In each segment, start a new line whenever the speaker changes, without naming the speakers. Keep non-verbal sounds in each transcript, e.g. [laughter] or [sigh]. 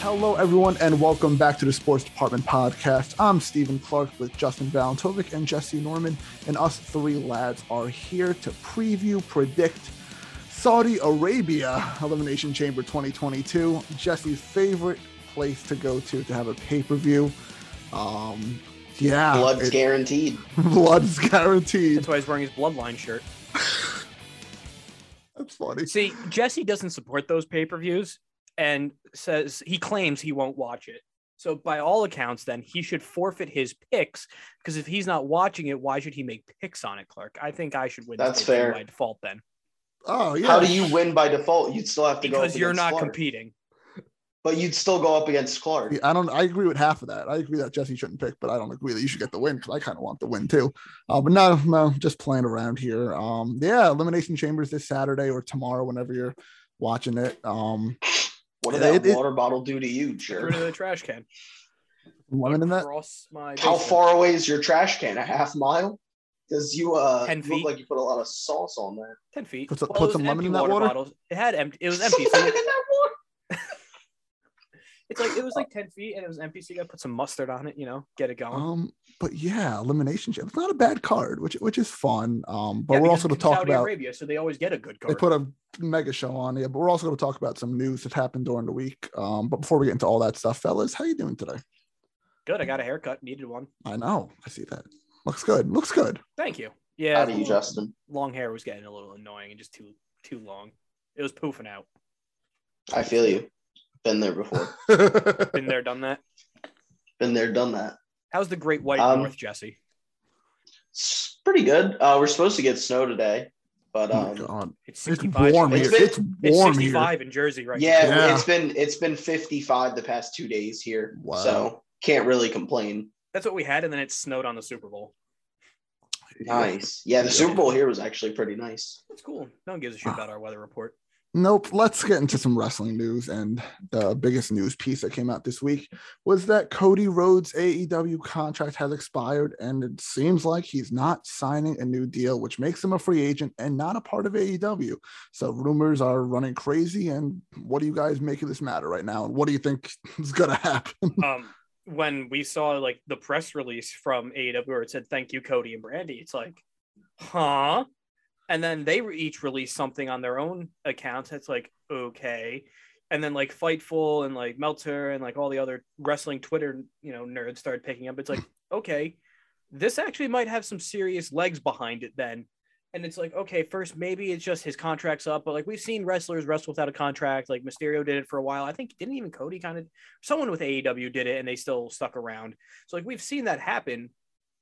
Hello, everyone, and welcome back to the Sports Department Podcast. I'm Stephen Clark with Justin Valentovic and Jesse Norman, and us three lads are here to preview, predict Saudi Arabia Elimination Chamber 2022, Jesse's favorite place to go to to have a pay per view. Um, yeah,
Blood's
it-
guaranteed.
[laughs] blood's guaranteed.
That's why he's wearing his bloodline shirt.
That's funny.
See, Jesse doesn't support those pay per views and says he claims he won't watch it. So, by all accounts, then he should forfeit his picks because if he's not watching it, why should he make picks on it, Clark? I think I should win. this
That's
pay-per-view
fair.
by default then
Oh yeah.
How do you win by default? You'd still have to go up
because you're
against
not
Clark.
competing.
But you'd still go up against Clark.
Yeah, I don't. I agree with half of that. I agree that Jesse shouldn't pick, but I don't agree that you should get the win because I kind of want the win too. Uh, but no, no, just playing around here. Um, yeah, elimination chambers this Saturday or tomorrow, whenever you're watching it. Um,
What did
Yeah,
that
it- it-
water bottle do to you,
Get rid
jerk?
of the trash can.
lemon in that.
Across my
How
basement.
far away is your trash can? A half mile? Because you uh
Ten
you look
feet.
like you put a lot of sauce on that.
Ten feet.
Put some-
Well,
put
it was
some
an
lemon in
empty
that water?
Bottles. It had empty.
[laughs]
It was empty. so
Look at that water.
it's like it was like ten feet, and it was empty. So you got to put some mustard on it. You know, get it going.
Um, but yeah, elimination chamber. It's not a bad card, which which is fun. Um, but
Yeah,
we're
because
also to
it's
talk
Saudi
about.
Arabia, so they always get a good
They
card.
put a mega show on yeah, but we're also going to talk about some news that happened during the week. Um, but before we get into all that stuff, fellas, how you doing today?
Good. I got a haircut. Needed one.
I know, I see that. Looks good. Looks good. [laughs]
Thank you. Yeah.
How do you, Justin?
Long hair was getting a little annoying and just too too long. It was poofing out.
I feel you. Been there
[laughs]
before.
Oh
Been there, done that.
Been there, done that.
How's the Great White
Um,
North, Jesse?
It's pretty good. Uh, we're supposed to get snow today, but
Oh my
um,
God.
It's
It's
65.
warm here.
It's,
It's been-
It's warm here.
65 in Jersey right
yeah,
now.
Yeah.
it's been it's been 55 the past two days here.
Wow.
So can't really complain.
That's what we had, and then it snowed on the Super Bowl.
Nice. Yeah, the Super Bowl here was actually pretty nice.
That's cool. No one gives
Ah.
a shit about our weather report.
Nope. Let's get into some wrestling news. And the biggest news piece that came out this week was that Cody Rhodes' AEW contract has expired, and it seems like he's not signing a new deal, which makes him a free agent and not a part of AEW. So rumors are running crazy. And what do you guys make of this matter right now? And what do you think [laughs] is going to happen?
um, when we saw like the press release from AEW where it said thank you Cody and Brandy, it's like, huh? And then they re- each released something on their own accounts. It's like okay, and then like Fightful and like Melter and like all the other wrestling Twitter you know nerds started picking up. It's like okay, this actually might have some serious legs behind it then. And it's like, okay, first, maybe it's just his contract's up, but like we've seen wrestlers wrestle without a contract. Like Mysterio did it for a while. I think didn't even Cody kind of someone with AEW did it and they still stuck around. So like we've seen that happen,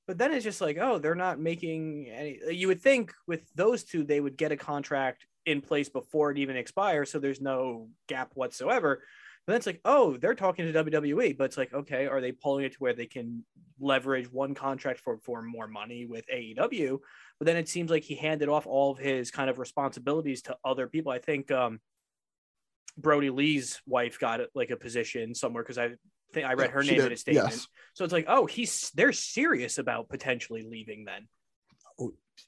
but then it's just like, oh, they're not making any you would think with those two they would get a contract in place before it even expires so there's no gap whatsoever. But then it's like, oh, they're talking to WWE, but it's like, okay, are they pulling it to where they can leverage one contract for for more money with AEW? But then it seems like he handed off all of his kind of responsibilities to other people. I think um Brody Lee's wife got like a position somewhere because I think I read her
She
name
did,
in a statement. So it's like, oh, he's they're serious about potentially leaving then.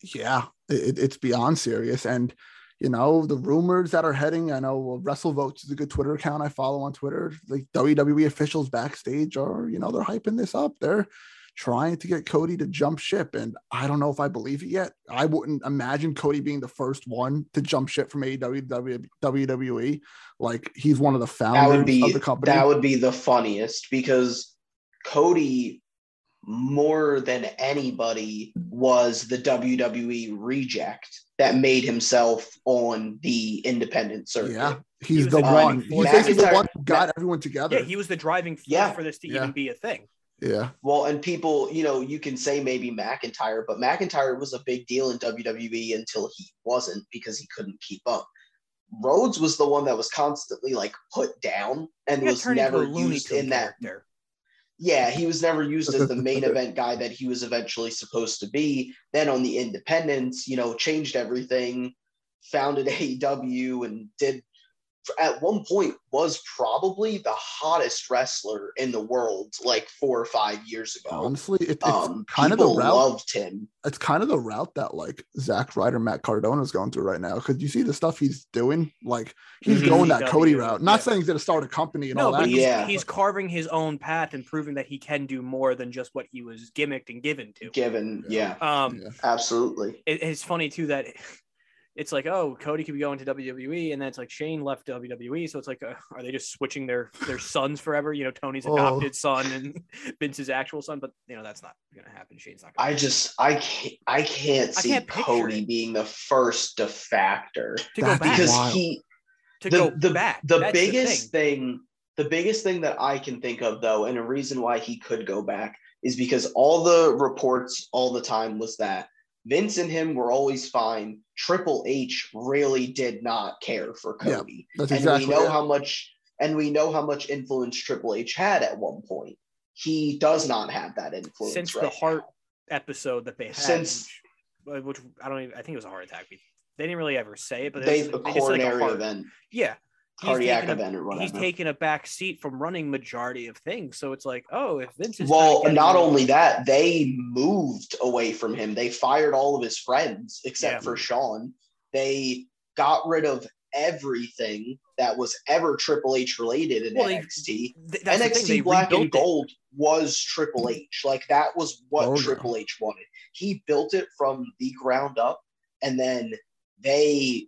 yeah, it, it's beyond serious. And you know the rumors that are heading. I know WrestleVotes is a good Twitter account I follow on Twitter. Like WWE officials backstage are, you know, they're hyping this up. They're trying to get Cody to jump ship, and I don't know if I believe it yet. I wouldn't imagine Cody being the first one to jump ship from E AEW to WWE. E. Like he's one of the
That
founders
would be
of the company.
that would be the funniest because Cody more than anybody was the WWE reject that made himself on the independent circuit.
yeah,
He
he's
was
the
a
one.
driving
He's
force.
basically the
McIntyre-
one who got everyone together.
Yeah, he was the driving force
Yeah.
for this to
Yeah.
even be a thing.
yeah.
Well, and people, you know, you can say maybe McIntyre, but McIntyre was a big deal in WWE until he wasn't because he couldn't keep up. Rhodes was the one that was constantly like put down and
He got
was
turned into
never
a Looney
used in
Tune
that
character.
yeah, he was never used as
[laughs]
the main event guy that he was eventually supposed to be. Then on the [laughs] independents, you know, changed everything, founded AEW E and did at one point was probably the hottest wrestler in the world like four or five years ago.
Honestly, it, it's
Oh, Um,
kind of the
people
route.
loved him.
it's kind of the route that like Zach Ryder, Matt Cardona is going through right now. Because you see the stuff he's doing, like he's
Mhm.
going that Cody
EW,
route. Not
yeah.
saying he's going to start a company and
No,
all
but
that.
he's,
Yeah.
he's carving his own path and proving that he can do more than just what he was gimmicked and given to.
Given, yeah,
Um,
Yeah.
absolutely.
it, it's funny too that [laughs] it's like, oh, Cody could be going to WWE, and then it's like Shane left WWE, so it's like, uh, are they just switching their their sons forever? You know, Tony's
Oh.
adopted son and [laughs] Vince's actual son, but you know that's not gonna happen. Shane's not. Gonna
I just I can't I can't
I
see
can't picture
Cody
it.
being the first defactor
to go
That's
back
because
Wild.
he
to
the-
go
the-
back.
the
That's
biggest
thing.
thing the biggest thing that i can think of though and a reason why he could go back is because all the reports all the time was that vince and him were always fine triple h really did not care for
Yeah,
cody
That's
and
exactly.
we know
it.
how much and we know how much influence triple h had at one point he does not have that influence
since
right
the heart
now.
episode that they had,
Since-
which, which I don't even I think it was a heart attack. We- They didn't really ever say it, but
they,
they,
a
they just said, like a
coronary
heart.
event
Yeah, He's
cardiac
taken a-
event or whatever
he's taken a back seat from running majority of things. So it's like, oh, if Vince is
well,
kinda getting-
not only that, they moved away from him. They fired all of his friends except
Yeah.
for Sean. They got rid of everything that was ever Triple H related in
Well, they-
NXT.
Th- that's the
NXT
thing, they
Black and
rebuilt it.
Gold was Triple H. Like that was what
Oh, yeah.
Triple H wanted. He built it from the ground up, and then they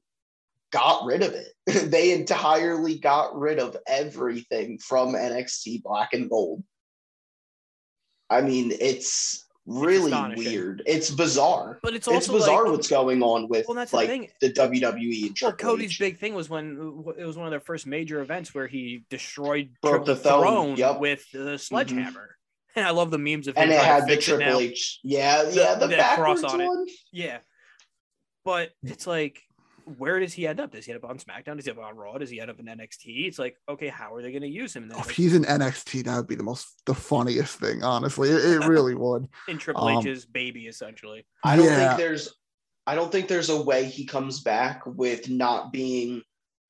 got rid of it. [laughs] they entirely got rid of everything from NXT Black and Gold. I mean, it's really
astonishing.
weird. It's bizarre.
But it's also
It's bizarre
like,
what's going on with
Well, that's the
like
thing.
the WWE and
Well,
Triple
Cody's
H.
big thing was when it was one of their first major events where he destroyed
Broke
Triple
the throne,
Throne
yep.
with the sledgehammer. [laughs] And I love the memes of him
and it
trying to
had the
fix it now.
Triple H. Yeah,
The-
yeah, the,
that cross
backwards
on it.
one.
Yeah. But it's like, where does he end up? Does he end up on SmackDown? Does he end up on Raw? Does he end up in NXT? It's like, okay, how are they going to use him? And then
Oh, If
like,
he's in NXT, that would be the most the funniest thing. Honestly,
[laughs]
it, it really would.
in Triple
um,
H's baby, essentially.
I don't
Yeah.
think there's I don't think there's a way he comes back with not being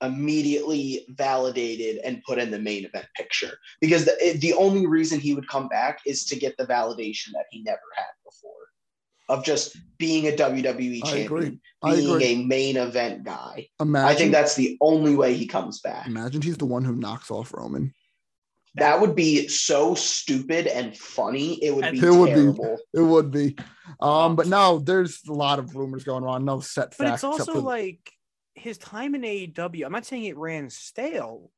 immediately validated and put in the main event picture because the, it- the only reason he would come back is to get the validation that he never had before of just being a WWE
I agree.
champion,
I
being
agree.
a main event guy.
Imagine, Mm.
I think that's the only way he comes back.
Imagine he's the one who knocks off Roman.
That would be so stupid and funny. It would
And-
be
It would be-
terrible.
It would be. Um, but no, there's a lot of rumors going on. No set
But
facts.
it's also like his time in AEW. I'm not saying it ran stale,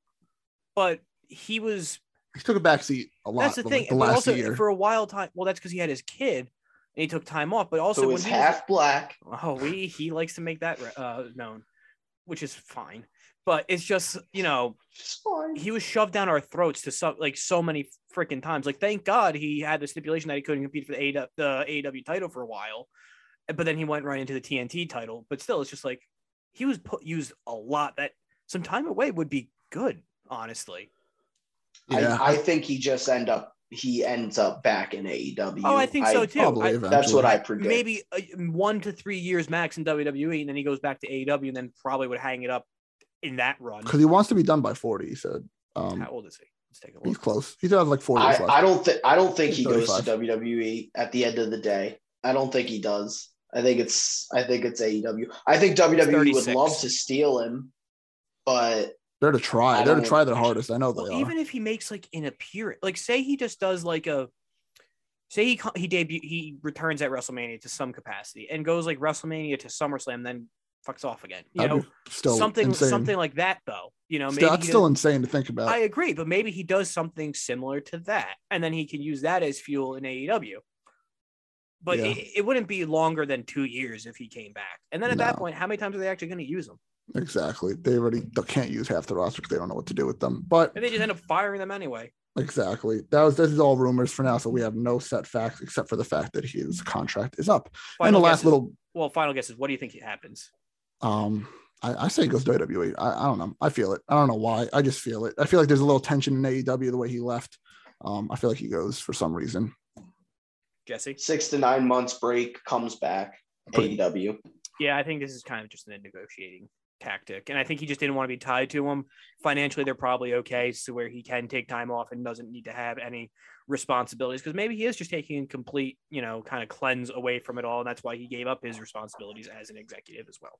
but he was.
he took a backseat a lot.
that's the
like,
thing.
The
but
last
also,
year.
for a while time, well, that's because he had his kid and he took time off. But also,
so
when
it's
he was-
half black.
oh, we he likes to make that uh, known, which is fine. But it's just you know
It's fine.
he was shoved down our throats to so like so many freaking times. Like thank God he had the stipulation that he couldn't compete for the AEW, the AEW title for a while, eh, but then he went right into the TNT title. But still, it's just like he was put, used a lot. That some time away would be good, honestly.
yeah.
I, I think he just end up he ends up back in AEW.
Oh, I think so too.
probably
I-
eventually.
That's what I predict.
maybe uh, one to three years max in WWE, and then he goes back to AEW, and then probably would hang it up in that run.
because he wants to be done by 40. He said, um,
How old is he? Let's take a
he's
look.
close. He still has like 40
I,
years left.
I don't think I don't think he
He's
goes to
35.
WWE at the end of the day. I don't think he does. I think it's I think it's AEW. I think WWE would
36.
love to steal him, but
They're to try.
I
They're to
don't-
try their hardest. I know they
Well,
are.
even if he makes like an appearance, like say he just does like a, say he co- he debut he returns at WrestleMania to some capacity and goes like WrestleMania to SummerSlam, then fucks off again. You
That'd
know,
be still
something
insane.
something like that though. You know, maybe
Still- that's
he
still
does-
insane to think about.
I agree, but maybe he does something similar to that, and then he can use that as fuel in AEW. But
Yeah.
it, it wouldn't be longer than two years if he came back. And then at that
No.
point, how many times are they actually going to use him?
exactly. They already they can't use half the roster because they don't know what to do with them. But
And they just end up firing them anyway.
exactly, that was this is all rumors for now. So we have no set facts except for the fact that his contract is up. and
Final
the last
guess is-
little,
well, final guess is what do you think happens?
um, I, I say it goes to WWE. I, I don't know. I feel it. I don't know why. I just feel it. I feel like there's a little tension in AEW the way he left. Um, I feel like he goes for some reason.
Jesse.
six to nine months break comes back E
Pretty-
AEW.
Yeah, I think this is kind of just a negotiating tactic. And I think he just didn't want to be tied to him. Financially, they're probably okay to where he can take time off and doesn't need to have any responsibilities because maybe he is just taking a complete, you know, kind of cleanse away from it all. And that's why he gave up his responsibilities as an executive as well.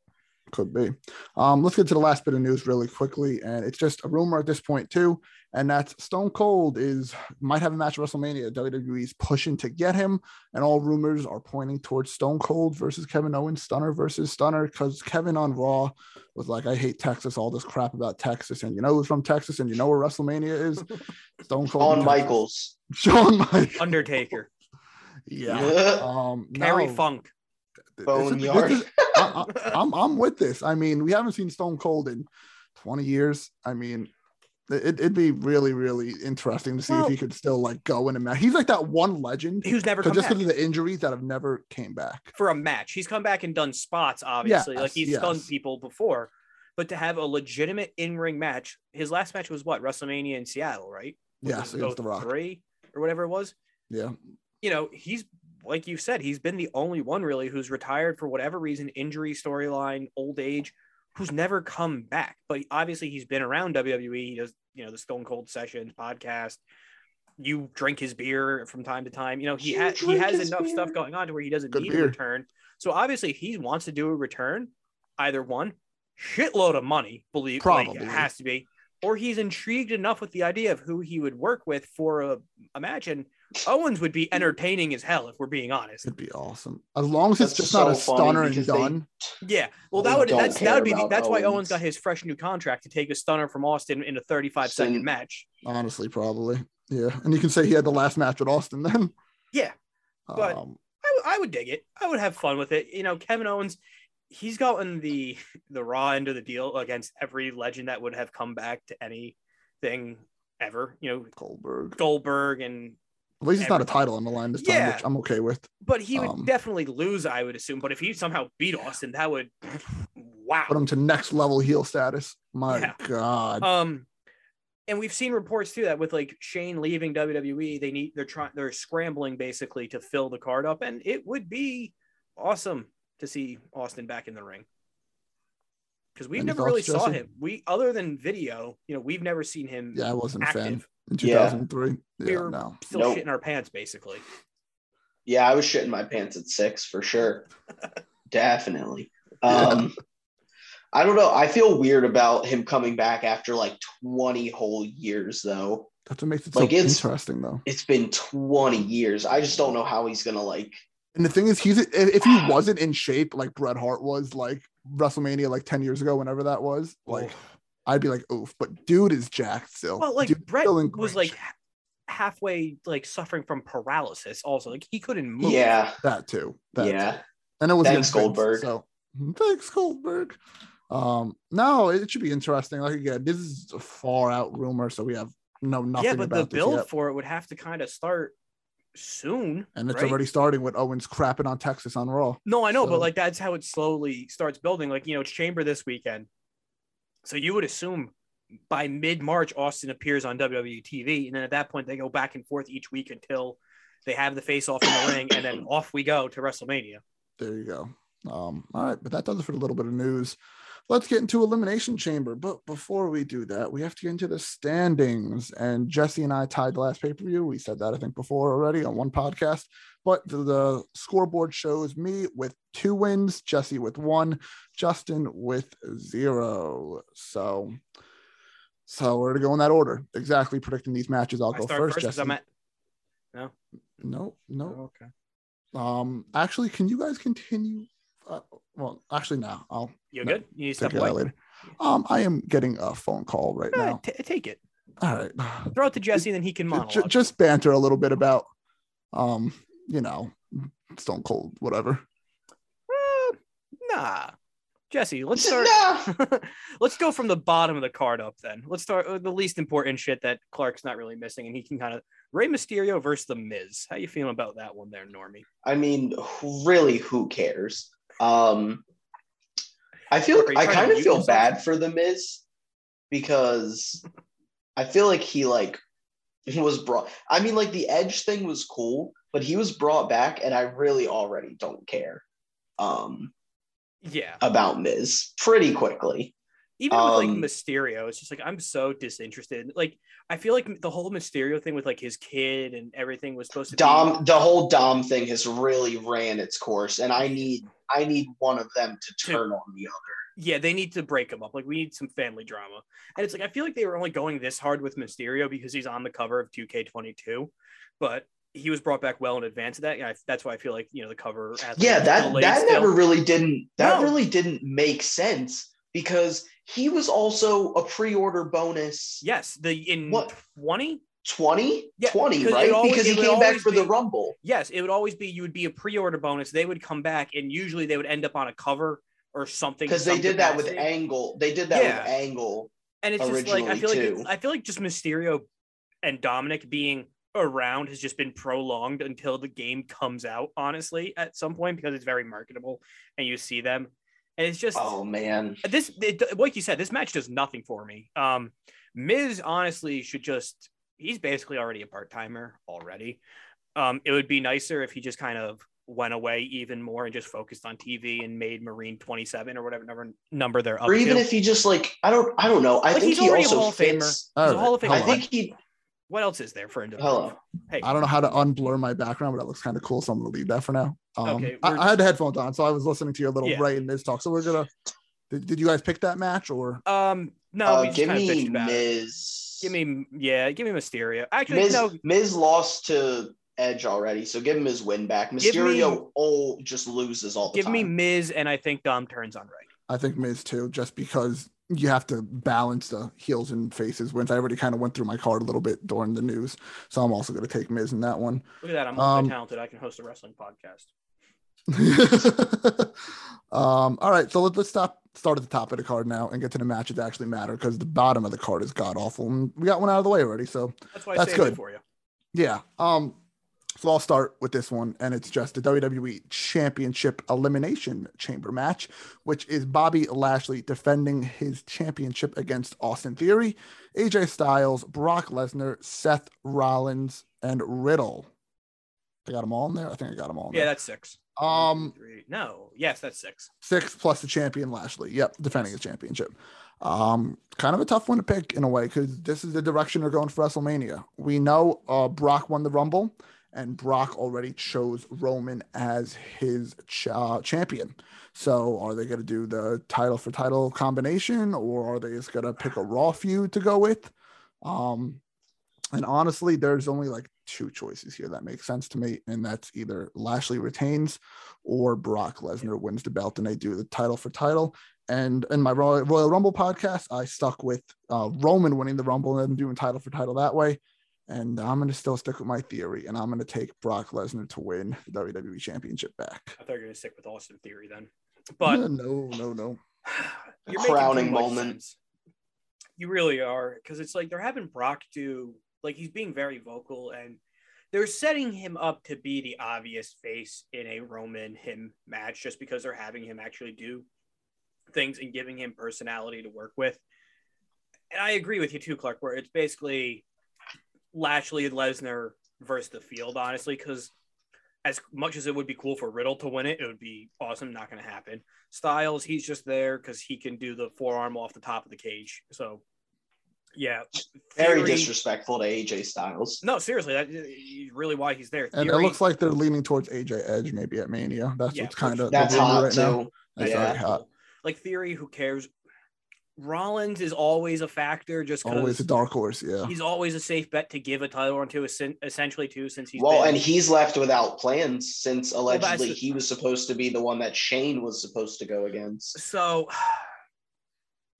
Could be. Um, let's get to the last bit of news really quickly, and it's just a rumor at this point too, and that's Stone Cold is might have a match at WrestleMania. WWE is pushing to get him, and all rumors are pointing towards Stone Cold versus Kevin Owens, Stunner versus Stunner, because Kevin on Raw was like, "I hate Texas, all this crap about Texas," and you know who's from Texas, and you know where WrestleMania
[laughs]
is. Stone Cold,
Shawn Michaels,
Shawn Michaels,
Undertaker,
[laughs] yeah,
[laughs]
um,
Terry
no.
Funk.
This is- this
Boneyard.
is- I, I, I'm I'm with this. I mean, we haven't seen Stone Cold in 20 years. I mean, it, it'd be really really interesting to see
Well-
if he could still like go in a match. He's like that one legend
Who's never
'cause
come
just
back.
because of the injuries that have never came back.
for a match. He's come back and done spots, obviously. like
Yes,
he's
yes.
stunned people before. But to have a legitimate in ring match, his last match was what? WrestleMania in Seattle, right?
Yes, against the Rock.
Three or whatever it was.
Yeah,
You know, he's like you said, he's been the only one really who's retired for whatever reason, injury, storyline, old age, who's never come back. But obviously he's been around WWE. He does, you know, the Stone Cold Sessions podcast. You drink his beer from time to time. You know, he
You
has he
drink
has
his
enough stuff
beer.
going on to where he doesn't
Good
need
beer.
a return. So obviously he wants to do a return, either one, shitload of money, believe Probably.
Probably.
it has to be, or he's intrigued enough with the idea of who he would work with for a imagine Owens would be entertaining as hell if we're being honest.
it'd be awesome as long as it's
That's
just
so
not a
funny
stunner and
because they-
done.
Yeah. Well,
They
that would
don't
that's that would be
care
the,
about
that's why Owens
Owens.
got his fresh new contract to take a stunner from Austin in a 35
So-
second match.
Honestly, probably. Yeah, and you can say he had the last match with Austin then.
Yeah, but-
um,
I would- I would dig it. I would have fun with it. You know, Kevin Owens, he's gotten the the raw end of the deal against every legend that would have come back to anything ever. You know,
Goldberg.
Goldberg and
At least it's not a
Everything.
title on the line this time,
Yeah.
which I'm okay with.
but he would
Um,
definitely lose, I would assume. But if he somehow beat Austin, that would [laughs] wow.
Put him to next level heel status. My
Yeah.
God.
Um, and we've seen reports too that with like Shane leaving WWE, they need they're trying they're scrambling basically to fill the card up, and it would be awesome to see Austin back in the ring because we've
Any
never really
thoughts,
saw
Jesse?
him. We other than video, you know, we've never seen him
yeah, I wasn't a fan
active.
in
Yeah.
2003. Yeah,
We were-
no.
Still
Nope.
shitting our pants basically.
Yeah, I was shitting my pants at six for sure. Definitely. Um, I don't know. I feel weird about him coming back after like 20 whole years, though.
That's what makes it
Like,
so
it's-
interesting, though.
It's been 20 years. I just don't know how he's going to like.
And the thing is, he's if if he wasn't in shape like Bret Hart was, like WrestleMania, like 10 years ago, whenever that was, like I'd be like, oof. But dude is jacked still.
Well, like
Dude's
Brett
Oh, still in
was
great
like
shape.
h- halfway like suffering from paralysis. Also, like he couldn't move.
Yeah.
that too. That too.
Yeah.
And it was
Thanks,
against Vince,
Goldberg.
So Mm, thanks, Goldberg. Um, no, it should be interesting. Like again, this is a far out rumor, so we have no nothing
yeah, but the
about this
build
yet.
for it would have to kind of start soon.
And it's
right?
already starting with Owens crapping on Texas on Raw.
No, I know,
So-
but like that's how it slowly starts building. Like, you know, it's Chamber this weekend. So you would assume by mid March, Austin appears on WWE TV. And then at that point, they go back and forth each week until they have the face off in the ring. And then off we go to WrestleMania.
There you go. Um, all right, but that does it for a little bit of news. Let's get into Elimination Chamber. But before we do that, we have to get into the standings. And Jesse and I tied the last pay per view. We said that, I think, before already on one podcast. But the, the scoreboard shows me with two wins, Jesse with one, Justin with zero. So. So we're gonna go in that order. Exactly predicting these matches. I'll
I
go
start
first.
first because
Jesse.
I'm at.
no, no,
okay.
Um, actually, can you guys continue? Uh, well, actually, no, I'll
You're
No,
good? You need to
take
step
it out
away.
later. Um, I am getting a phone call right
Eh,
now.
t- take it.
All right,
Throw it to Jesse, then he can
Ju-
monologue.
ju- just banter a little bit about, um, you know, Stone Cold, whatever.
Eh, nah. Jesse, let's start.
Nah.
[laughs] Let's go from the bottom of the card up then. Let's start with the least important shit that Clark's not really missing, and he can kind of Rey Mysterio versus the Miz. How you feeling about that one there, Normie?
I mean, who- really, who cares? Um, I feel
Are you
I
trying to
kind of
mute
feel
yourself?
bad for the Miz because I feel like he like was brought. I mean, like the Edge thing was cool, but he was brought back, and I really already don't care. Um,
yeah.
about Miz pretty quickly.
Even with
Um,
like Mysterio, it's just like I'm so disinterested. Like I feel like the whole Mysterio thing with like his kid and everything was supposed to be
Dom, the whole Dom thing has really ran its course, and I need I need one of them to
To-
turn on the other.
yeah, they need to break him up. Like we need some family drama. And it's like I feel like they were only going this hard with Mysterio because he's on the cover of 2K22, but he was brought back well in advance of that. And I, that's why I feel like you know the cover. athlete
Yeah,
was
that
delayed
that
still.
never really didn't that
No.
really didn't make sense because he was also a pre-order bonus
Yes, the in
What?
20.
20
Yeah,
20
because it
right
always-
because
it
he
would
came back
always
for the
be-
rumble
Yes, it would always be you would be a pre-order bonus. They would come back and usually they would end up on a cover or something.
because they
some
did that with
capacity.
angle they did that
Yeah.
with angle
and it's just like I
originally,
feel like
too.
it's- I feel like just Mysterio and Dominic being around has just been prolonged until the game comes out. Honestly, at some point because it's very marketable and you see them, and it's just
oh man
this. It, like you said, this match does nothing for me. Um, Miz honestly should just he's basically already a part timer already. Um, it would be nicer if he just kind of went away even more and just focused on TV and made Marine 27 or whatever number number they're up
or even
to.
if he just like i don't i don't know i think
Like, Oh, he's
he
already a
also
Hall of Famer. Uh,
fits
He's a
All
Hall of
right,
Famer.
i
Hello.
think he
what else is there for him to
hello
Hey,
I don't know how to unblur my background, but that looks kind of cool. So I'm gonna leave that for now. Um,
Okay,
I,
we're-
I had the headphones on, so I was listening to your little
Yeah.
Ray and Miz talk. So we're gonna. Did, did you guys pick that match or?
Um, no,
Uh,
we just
give
kind of
me
bitched about it.
miz
Give me, yeah, give me Mysterio. Actually,
miz,
no,
miz lost to edge already so give him his win back
Give me-
mysterio all just loses all the
give
time
me Miz, and I think Dom turns on right.
I think Miz too, just because you have to balance the heels and faces wins. I already kind of went through my card a little bit during the news, so I'm also gonna take Miz in that one. [laughs]
Look at that, I'm
Um,
talented. I can host a wrestling podcast.
um, all right, so let, let's stop start at the top of the card now and get to the matches that actually matter because the bottom of the card is god awful. And we got one out of the way already, so
That's why I
That's
saved it
good.
for you.
Yeah. Um, so I'll start with this one, and it's just the WWE Championship Elimination Chamber match, which is Bobby Lashley defending his championship against Austin Theory, AJ Styles, Brock Lesnar, Seth Rollins, and Riddle. I got them all in there. I think I got them all in
Yeah,
there.
that's six. One, two,
Um,
three. no, yes, that's six.
six plus the champion Lashley. Yep, defending his championship. Um, kind of a tough one to pick in a way because this is the direction they're going for WrestleMania. We know uh, Brock won the Rumble, and Brock already chose Roman as his ch- uh, champion. So, are they going to do the title for title combination, or are they just going to pick a Raw feud to go with? Um, and honestly, there's only like two choices here that make sense to me, and that's either Lashley retains or Brock Lesnar wins the belt and they do the title for title. And in my Royal, Royal Rumble podcast, I stuck with uh, Roman winning the Rumble and then doing title for title that way. And I'm going to still stick with my theory and I'm going to take Brock Lesnar to win the WWE Championship back.
I thought you were gonna stick with Austin Theory then, but
[laughs] no, no, no.
[sighs] you're making
Crowning
too much
moment.
sense. You really are, because it's like they're having Brock do like he's being very vocal, and they're setting him up to be the obvious face in a Roman him match, just because they're having him actually do things and giving him personality to work with. And I agree with you too, Clark. Where it's basically Lashley and Lesnar versus the field, honestly, because as much as it would be cool for Riddle to win it, it would be awesome. Not going to happen. Styles, he's just there because he can do the forearm off the top of the cage. So, yeah,
very
Theory-
disrespectful to aj styles
No, seriously, that is really why he's there.
And
Theory-
it looks like they're leaning towards AJ Edge maybe at Mania. That's
Yeah,
what's kind
which-
of
that's hot too
That's
Yeah.
already hot.
Like theory, who cares? Rollins is always a factor, just
Always a
because
dark horse. Yeah.
he's always a safe bet to give a title on to essen- essentially too, since he's
well,
been-
and he's left without plans since
that's
allegedly
the-
he was supposed to be the one that Shane was supposed to go against.
so [sighs]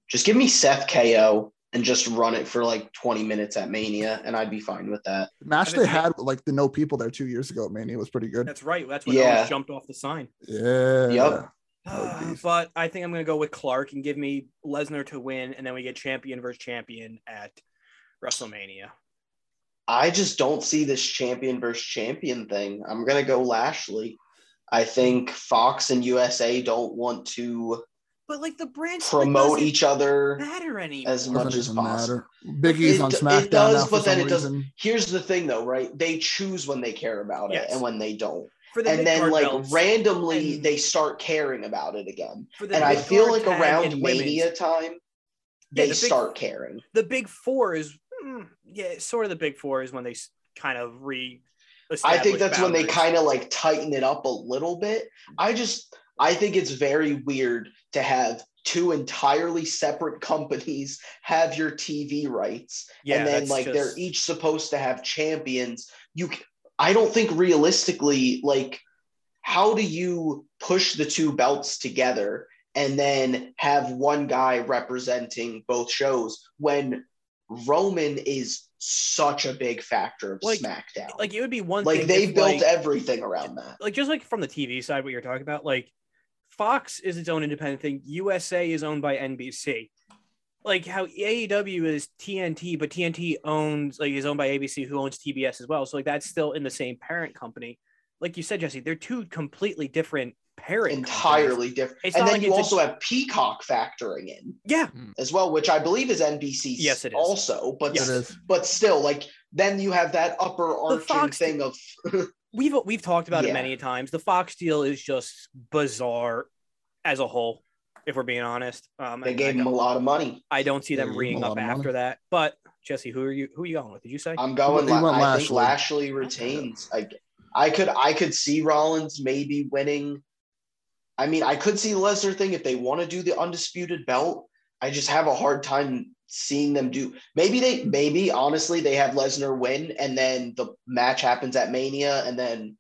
Just give me Seth KO and just run it for like 20 minutes at Mania, and I'd be fine with that.
The match
I mean,
they
they-
had, with, like the no people there two years ago at Mania was pretty good.
that's right. That's when
Yeah.
Owens jumped off the sign.
Yeah.
Yup.
That would be-
Uh, but I think I'm going to go with Clark and give me Lesnar to win, and then we get champion versus champion at WrestleMania.
I just don't see this champion versus champion thing. I'm gonna go Lashley. I think Fox and USA don't want to
But like the brand split
promote
doesn't
each other.
matter anymore.
as much-
Doesn't
as
even
possible.
matter. Biggie's
It
on
d- it
SmackDown
does,
now for
but then
some
it doesn't-
reason.
Here's the thing though, right? They choose when they care about it
Yes.
and when they don't.
for the
and then
mid-card
like
belts,
randomly
and-
they start caring about it again.
for the
And I feel
mid-card
like
tag
around
and women's.
Mania time, they
the big-
start caring.
the big four is mm, yeah sort of the big four is when they s- kind of re
I think that's when they kind of like tighten it up a little bit. I just I think it's very weird to have two entirely separate companies have your TV rights and then like they're each supposed to have champions. You c- I don't think realistically like how do you push the two belts together and then have one guy representing both shows when Roman is such a big factor of
Like-
SmackDown
like it would be one
like
thing
they
if,
built
like,
everything around that.
like just like from the TV side, what you're talking about, like Fox is its own independent thing. USA is owned by NBC. Like how AEW is TNT, but TNT owns like is owned by ABC, who owns TBS as well. So like that's still in the same parent company. Like you said, Jesse, they're two completely different parent companies.
Entirely different.
It's
and
not
then
like
you
it's a-
also have Peacock factoring in
Yeah,
as well, which I believe is NBC.
Yes, it is.
Also, but
Yes.
It is.
but still, like then you have that upper arching
Fox-
thing of
we've we've talked about it
Yeah.
many times. The Fox deal is just bizarre as a whole, if we're being honest. Um,
they
and I
gave him a
don't-
lot of money.
I don't see
Yeah,
them
you
reeing
want a
up
lot of money.
after that. But Jesse, who are you? Who are you going with? Did you say?
I'm going.
He
La-
went
I think
Lashley.
Lashley retains. I I could I could see Rollins maybe winning. I mean, I could see the Lesnar thing if they want to do the undisputed belt. I just have a hard time seeing them do. Maybe they maybe honestly they have Lesnar win and then the match happens at Mania and then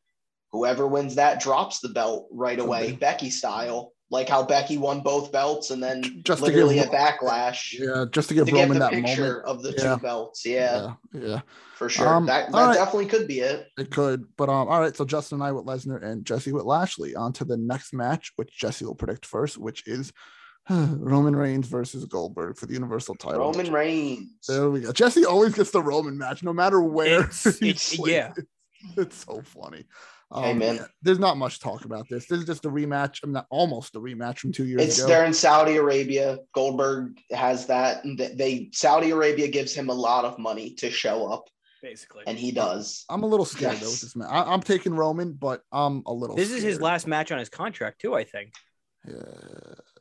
whoever wins that drops the belt right
Could
away,
be.
Becky style, like how Becky won both belts and then
Just to give,
literally a backlash
yeah, just to give
to get
Roman
the
that
picture
moment.
of the
Yeah.
two belts.
yeah, yeah.
For sure.
Um,
that that
all right.
definitely could be it.
It could, but um, all right. So Justin and I with Lesnar and Jesse with Lashley. On to the next match, which Jesse will predict first, which is [sighs] Roman Reigns versus Goldberg for the Universal title.
Roman Reigns.
There we go. Jesse always gets the Roman match, no matter where. [laughs]
It's-
he's
it's-
placed.
yeah.
it's so funny. Um,
Hey, man.
yeah, there's not much talk about this. This is just a rematch. I'm not almost a rematch from two years
It's
ago.
they're in Saudi Arabia. Goldberg has that. and th- They Saudi Arabia gives him a lot of money to show up,
Basically,
and he does.
I'm a little scared though with
Yes.
this match. I, I'm taking Roman, but I'm a little.
this is his
scared.
last match on his contract too. I think.
Yeah.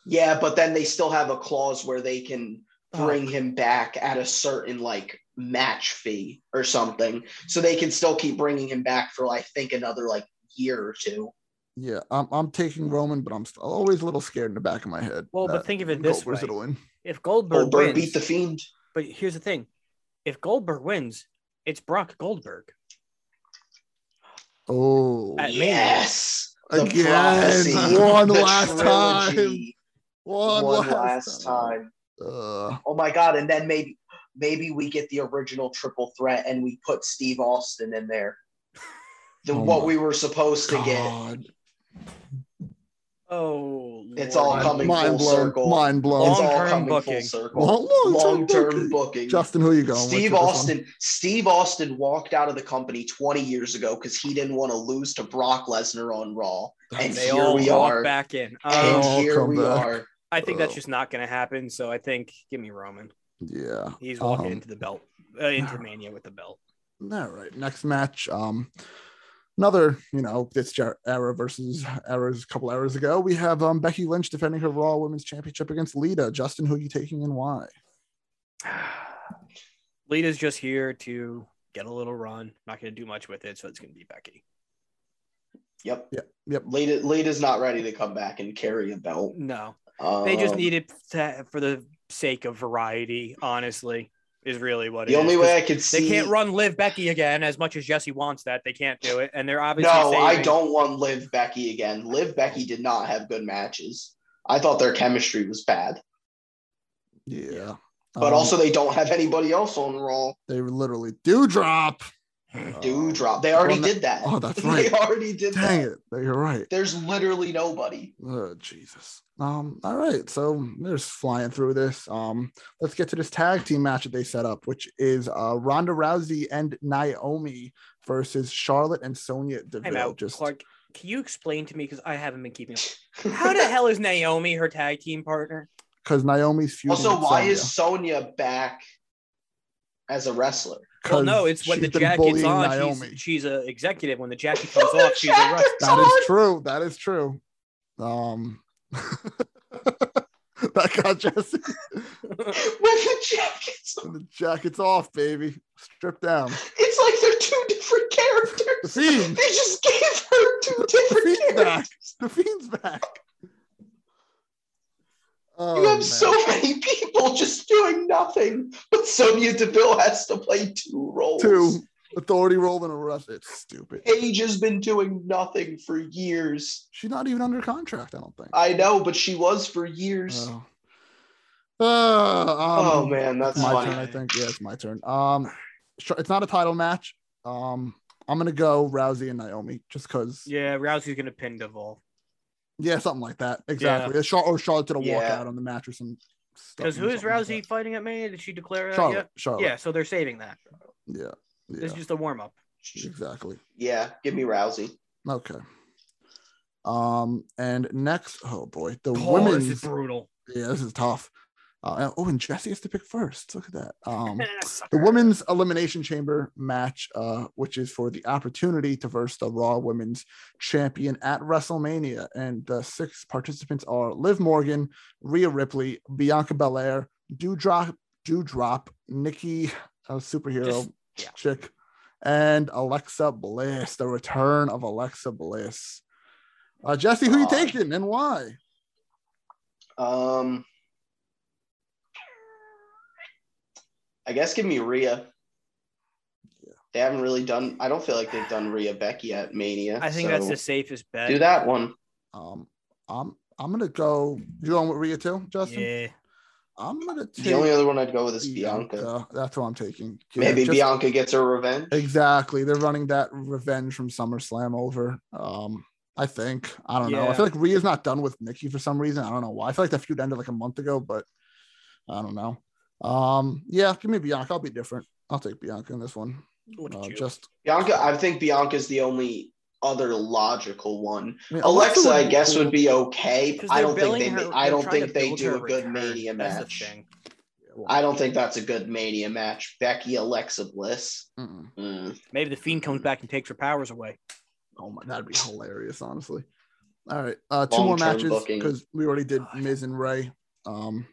Yeah, but then they still have a clause where they can
Oh.
bring him back at a certain like match fee or something, so they can still keep bringing him back for I think another like year or two.
Yeah, I'm, I'm taking Roman, but I'm st- always a little scared in the back of my head.
Well, but
that
think of it this
Goldberg's
way:
gonna win.
if Goldberg,
Goldberg
wins,
beat the Fiend.
but here's the thing: if Goldberg wins, it's Brock Goldberg.
Oh,
At- Mania.
yes,
Again, [laughs] one last time.
trilogy.
one,
one last time.
Uh,
oh my god and then maybe maybe we get the original triple threat and we put steve austin in there the,
Oh
what
my
we were supposed to get
God,
Oh,
It's
Lord.
all coming
mind
full
blown,
circle.
mind blown.
it's
Long,
all
Long-term
coming
booking.
full circle
long,
long-term
book.
booking
Justin, who are you going? with
steve
with this one?
austin steve austin walked out of the company 20 years ago because he didn't want to lose to brock lesnar on raw and
They
here
all
we
walk
are.
back in.
and
They all
Um,
here
come
we
back.
are
I think
Oh.
that's just not going to happen. So I think give me Roman.
Yeah.
He's walking
Um,
into the belt, uh, into Mania with the belt.
All right. Next match. Um, another, you know, this jar- era versus eras a couple hours ago. We have um Becky Lynch defending her Raw Women's Championship against Lita. Justin, who are you taking and why?
Lita's just here to get a little run. Not going to do much with it, so it's going to be Becky.
yep
Yep.
Lita, Lita's not ready to come back and carry a belt.
No, they just
Um,
need it to, for the sake of variety. Honestly, is really what
the
it
only
is,
way
'cause
I could see
They can't run live Becky again as much as Jesse wants that. They can't do it, and they're obviously
No, I
saving-
don't want Liv Becky again. Liv Becky did not have good matches. I thought their chemistry was bad,
Yeah.
but
Um,
also they don't have anybody else on Raw.
they literally do drop.
Do drop. They already
uh, well, that-
did that. [laughs]
oh, that's
They
right.
already did
Dang
that.
it. You're right.
There's literally nobody.
Oh, Jesus. Um, all right. So they're just flying through this. Um, let's get to this tag team match that they set up, which is uh Ronda Rousey and Naomi versus Charlotte and Sonya
I'm
Deville.
out.
Just
Clark, can you explain to me because I haven't been keeping
[laughs]
up? How the hell is Naomi her tag team partner?
because Naomi's feuding.
also,
with
why
Sonya.
is Sonya back? as a wrestler.
Well, Oh, no,
'Cause
it's when the
Oh, she's been
jacket's
bullying
on,
Naomi.
she's, she's a executive. When the jacket
When
comes
the
off, she's a
[laughs]
wrestler.
jacket's
That
on.
is true. That is true. Um, [laughs] that got Jesse.
With the jackets, on.
The jacket's off, baby. Stripped down.
it's like they're two different characters.
The fiend.
They just gave her two different
Fiend's back.
characters.
[laughs] The fiend's back. Oh,
You have
man.
so many people just doing nothing, but Sonia Deville has to play two roles.
two authority role and a rest. It's stupid.
Paige has been doing nothing for years.
She's not even under contract. I don't think.
I know, but she was for years.
Oh. Uh, um,
oh man, that's
my
funny.
turn, I think. Yeah, it's my turn. Um, sh- it's not a title match. Um, I'm gonna go Rousey and Naomi just because. Yeah.
yeah, Rousey's gonna pin Deville
something like that. Exactly. Char- or Charlotte did a
Yeah.
walkout on the match or some. stuff-
because who is
something like
Rousey fighting at Mania? Did she
that.
declare that
Charlotte.
yet?
Charlotte.
Yeah, so they're saving that.
Yeah. Yeah.
This is just a warm up.
Exactly.
Yeah, give me Rousey.
Okay. Um, and next, oh boy, the
Oh, this
women's.
is brutal.
[laughs] Yeah, this is tough. Uh, oh, and Jesse has to pick first. Look at that. Um, the women's elimination chamber match, uh, which is for the opportunity to verse the Raw Women's Champion at WrestleMania, and the six participants are Liv Morgan, Rhea Ripley, Bianca Belair, Dewdrop, Dewdrop, Nikki, a superhero
Just- yeah.
chick, and Alexa Bliss. The return of Alexa Bliss. Uh, Jesse, who you
God.
taking and why?
Um, I guess give me Rhea. They haven't really done. I don't feel like they've done Rhea Beck yet. Mania.
I think
so
that's the safest bet.
do that one.
Um, I'm I'm gonna go. You going with Rhea too, Justin?
Yeah.
I'm gonna take
The only other one I'd go with is Bianca.
That's what I'm taking. Yeah,
Maybe
just-
Bianca gets her revenge.
Exactly. They're running that revenge from SummerSlam over. Um, I think. I don't know. I
Yeah.
feel like Rhea's not done with Nikki for some reason. I don't know why. I feel like that feud ended like a month ago, but I don't know. Um, yeah, give me Bianca. I'll be different. I'll take Bianca in this one.
What
Uh,
did you-
just
Bianca, I think Bianca's the only other logical one.
I mean,
Alexa, I
be
guess,
cool.
would be okay. but
'Cause
I
they're
don't think
billing
they.
her-
I
they're
don't
trying
think
to
they
build
do
her
a good
return.
Mania
That's the
match.
thing.
I don't think that's a good Mania match. Becky, Alexa Bliss.
Mm-mm.
Mm.
Maybe the fiend comes back and takes her powers away.
Oh my, that'd be hilarious, honestly. All right, uh, two more
Long-term
matches
booking.
because we already
Oh,
did Miz and Ray. Um,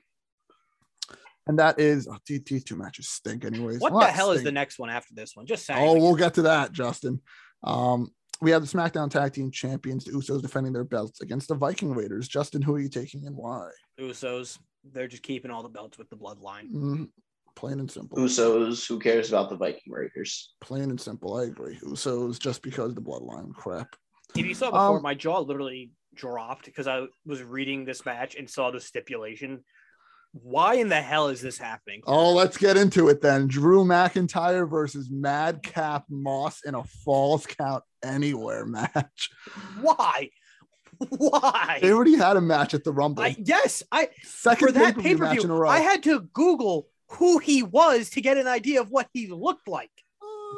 and that is oh, these these two matches stink, anyways.
What
Well,
the
not
hell is the
stink.
next one after this one? Just saying.
Oh, we'll get to that, Justin. Um, we have the SmackDown Tag Team Champions, the Usos, defending their belts against the Viking Raiders. Justin, who are you taking and why?
Usos, they're just keeping all the belts with the bloodline.
Mhm. Plain and simple.
Usos. Who cares about the Viking Raiders?
Plain and simple. I agree. Usos, just because the bloodline crap.
If you saw before,
Um,
my jaw literally dropped because I was reading this match and saw the stipulation. Why in the hell is this happening?
Oh, let's get into it then. Drew McIntyre versus Madcap Moss in a false count anywhere match.
Why? [laughs] Why?
They already had a match at the Rumble.
I, yes, I
Second
for that
pay-per-view match in a
pay-per-view,
row.
I had to Google who he was to get an idea of what he looked like.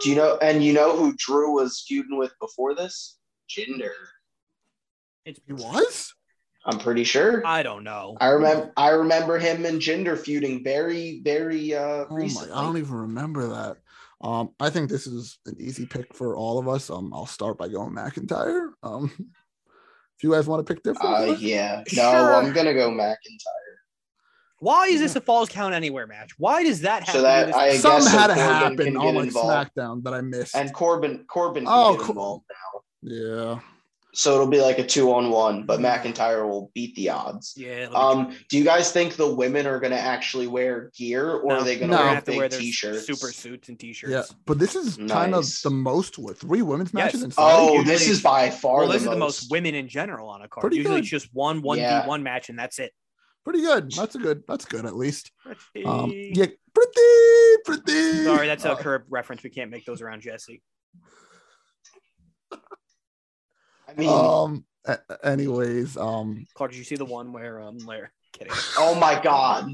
Do you know? And you know who Drew was feuding with before this? Jinder.
It's
he was?
I'm pretty sure. I,
I don't know.
remember. I remember him and Jinder feuding very, very uh,
Oh my,
recently.
I don't even remember that. Um, I think this is an easy pick for all of us. Um, I'll start by going McIntyre. Um, if you guys want to pick different,
Uh,
colors.
[laughs]
yeah. No,
Sure.
I'm gonna go McIntyre.
Why is this a falls count anywhere match? Why does that happen?
So that
in this
I
match?
guess
some
so
had to
Corbin
happen
can
on
get
like
involved.
SmackDown that I missed.
And Corbin, Corbin can
Oh,
get
Cor-
involved now.
yeah,
So it'll be like a two on one, but McIntyre will beat the odds.
yeah. let me
Um,
try.
do you guys think the women are gonna actually wear gear or
No,
are they
they're
gonna
No.
gonna
wear
have to
big
wear their
t-shirts?
super suits and t-shirts?
yeah. But this is kind of
Nice.
the most with three women's
Yes.
matches. in
Oh,
Usually-
this is by far
well,
the,
those
most.
are the most women in general on a card.
Pretty
Usually
good.
it's just one one
Yeah.
v one match and that's it.
pretty good. That's a good. That's good at least. Um,
Pretty-
yeah, pretty, pretty.
Sorry, that's a
Uh,
curb reference. We can't make those around Jesse.
I mean,
[laughs]
oh
Um. a- anyways, um. [laughs]
Clark, did you see the one where um Lair kidding?
oh my god.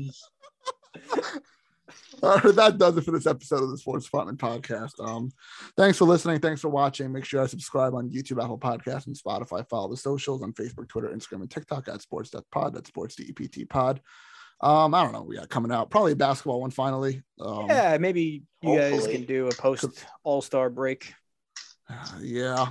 all right, uh, that does it for this episode of the Sports Department Podcast. Um, thanks for listening. Thanks for watching. Make sure I subscribe on YouTube, Apple Podcasts, and Spotify. Follow the socials on Facebook, Twitter, Instagram, and TikTok at Sports Dep E Pod. That's Sports DEPT Pod. Um, I don't know. We got coming out probably a basketball one finally. Um,
yeah, maybe you guys
hopefully.
can do a post All Star break.
[sighs] yeah,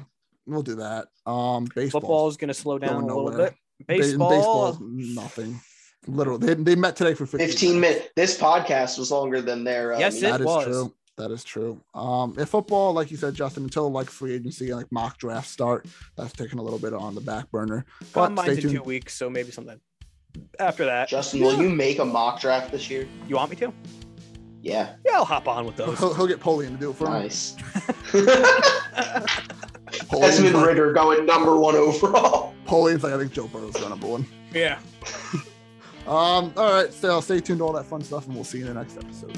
we'll do that. Um, baseball.
Football is going to slow down
going
a little
nowhere.
bit. Baseball,
baseball's nothing. Literally, they, they met today for 15,
15 minutes. This podcast was longer than their. uh,
Yes, it-
meeting.
That is
was.
true. That is true. Um, if football, like you said, Justin, until like free agency and like mock draft start, that's taking a little bit on the back burner. But
Combine's
stay
in two
tuned.
weeks, so maybe something after that.
Justin, will you make a mock draft this year?
You want me to?
Yeah,
Yeah, I'll hop on with those.
[laughs] He'll, he'll get Polian to do it for him.
[laughs]
nice. [laughs]
Polian's
Desmond
like,
Ritter going number one overall.
Polian's like, I think Joe Burrow's going number one.
yeah.
Um, all right, so stay tuned to all that fun stuff, and we'll see you in the next episode.